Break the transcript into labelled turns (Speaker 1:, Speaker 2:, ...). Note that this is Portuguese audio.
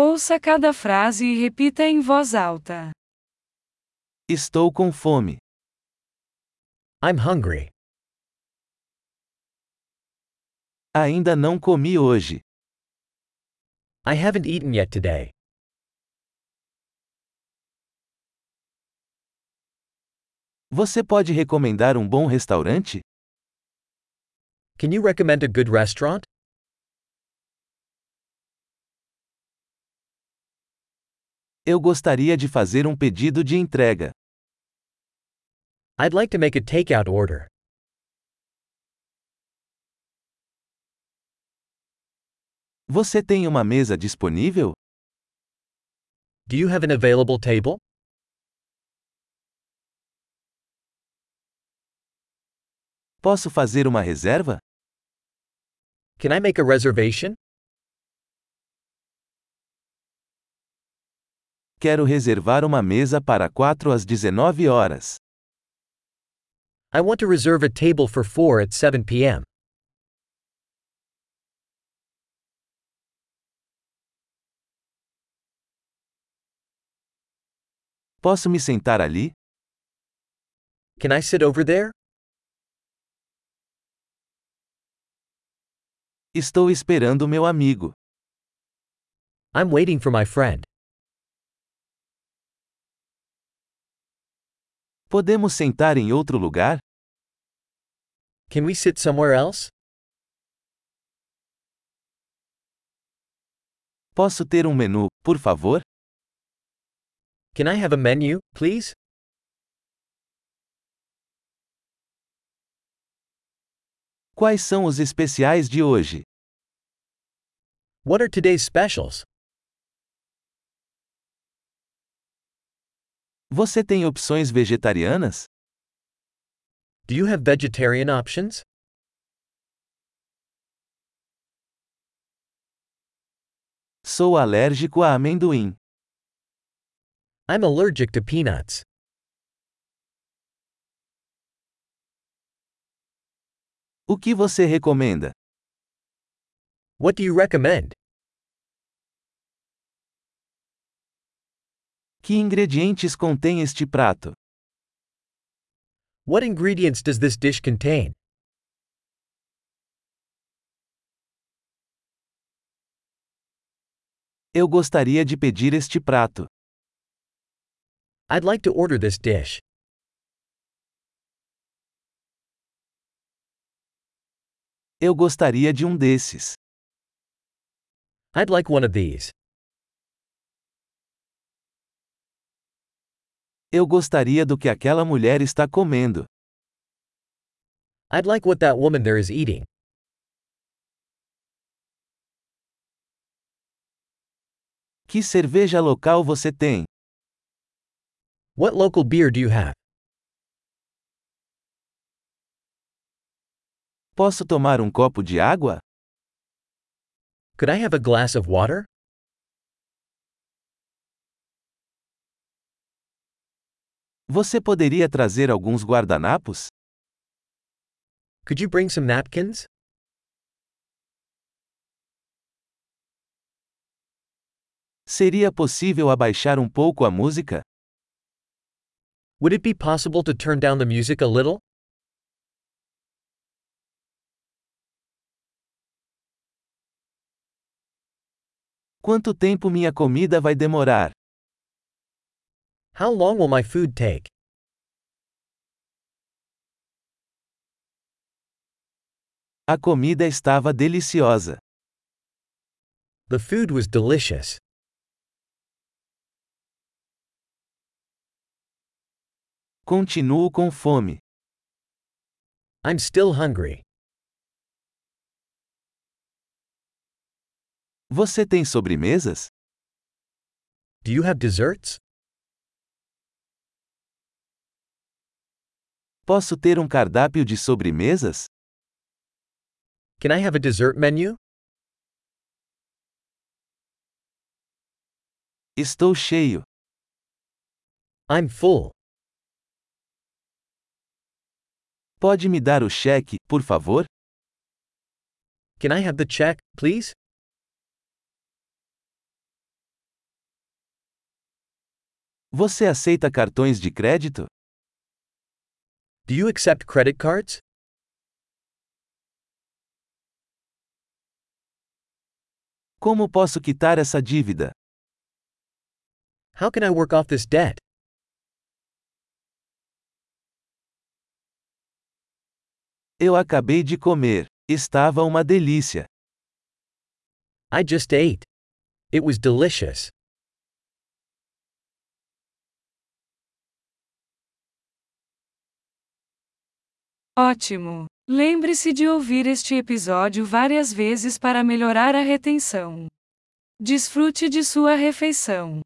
Speaker 1: Ouça cada frase e repita em voz alta.
Speaker 2: Estou com fome.
Speaker 3: I'm hungry.
Speaker 2: Ainda não comi hoje.
Speaker 3: I haven't eaten yet today.
Speaker 2: Você pode recomendar um bom restaurante?
Speaker 3: Can you recommend a good restaurant?
Speaker 2: Eu gostaria de fazer um pedido de entrega.
Speaker 3: I'd like to make a takeout order.
Speaker 2: Você tem uma mesa disponível?
Speaker 3: Do you have an available table?
Speaker 2: Posso fazer uma reserva?
Speaker 3: Can I make a reservation?
Speaker 2: Quero reservar uma mesa para 4 às 19 horas.
Speaker 3: I want to reserve a table for 4 at 7 p.m.
Speaker 2: Posso me sentar ali?
Speaker 3: Can I sit over there?
Speaker 2: Estou esperando meu amigo.
Speaker 3: I'm waiting for my friend.
Speaker 2: Podemos sentar em outro lugar?
Speaker 3: Can we sit somewhere else?
Speaker 2: Posso ter um menu, por favor?
Speaker 3: Can I have a menu, please?
Speaker 2: Quais são os especiais de hoje?
Speaker 3: What are today's specials?
Speaker 2: Você tem opções vegetarianas?
Speaker 3: Do you have vegetarian options?
Speaker 2: Sou alérgico a amendoim.
Speaker 3: I'm allergic to peanuts.
Speaker 2: O que você recomenda?
Speaker 3: What do you recommend?
Speaker 2: Que ingredientes contém este prato?
Speaker 3: What ingredients does this dish contain?
Speaker 2: Eu gostaria de pedir este prato.
Speaker 3: I'd like to order this dish.
Speaker 2: Eu gostaria de um desses.
Speaker 3: I'd like one of these.
Speaker 2: Eu gostaria do que aquela mulher está comendo.
Speaker 3: I'd like what that woman there is eating.
Speaker 2: Que cerveja local você tem?
Speaker 3: What local beer do you have?
Speaker 2: Posso tomar um copo de água?
Speaker 3: Could I have a glass of water?
Speaker 2: Você poderia trazer alguns guardanapos?
Speaker 3: Could you bring some napkins?
Speaker 2: Seria possível abaixar um pouco a música?
Speaker 3: Would it be possible to turn down the music a little?
Speaker 2: Quanto tempo minha comida vai demorar?
Speaker 3: How long will my food take?
Speaker 2: A comida estava deliciosa.
Speaker 3: The food was delicious.
Speaker 2: Continuo com fome.
Speaker 3: I'm still hungry.
Speaker 2: Você tem sobremesas?
Speaker 3: Do you have desserts?
Speaker 2: Posso ter um cardápio de sobremesas?
Speaker 3: Can I have a dessert menu?
Speaker 2: Estou cheio.
Speaker 3: I'm full.
Speaker 2: Pode me dar o cheque, por favor?
Speaker 3: Can I have the check, please?
Speaker 2: Você aceita cartões de crédito?
Speaker 3: Do you accept credit cards?
Speaker 2: Como posso quitar essa dívida?
Speaker 3: How can I work off this debt?
Speaker 2: Eu acabei de comer. Estava uma delícia.
Speaker 3: I just ate. It was delicious.
Speaker 1: Ótimo! Lembre-se de ouvir este episódio várias vezes para melhorar a retenção. Desfrute de sua refeição.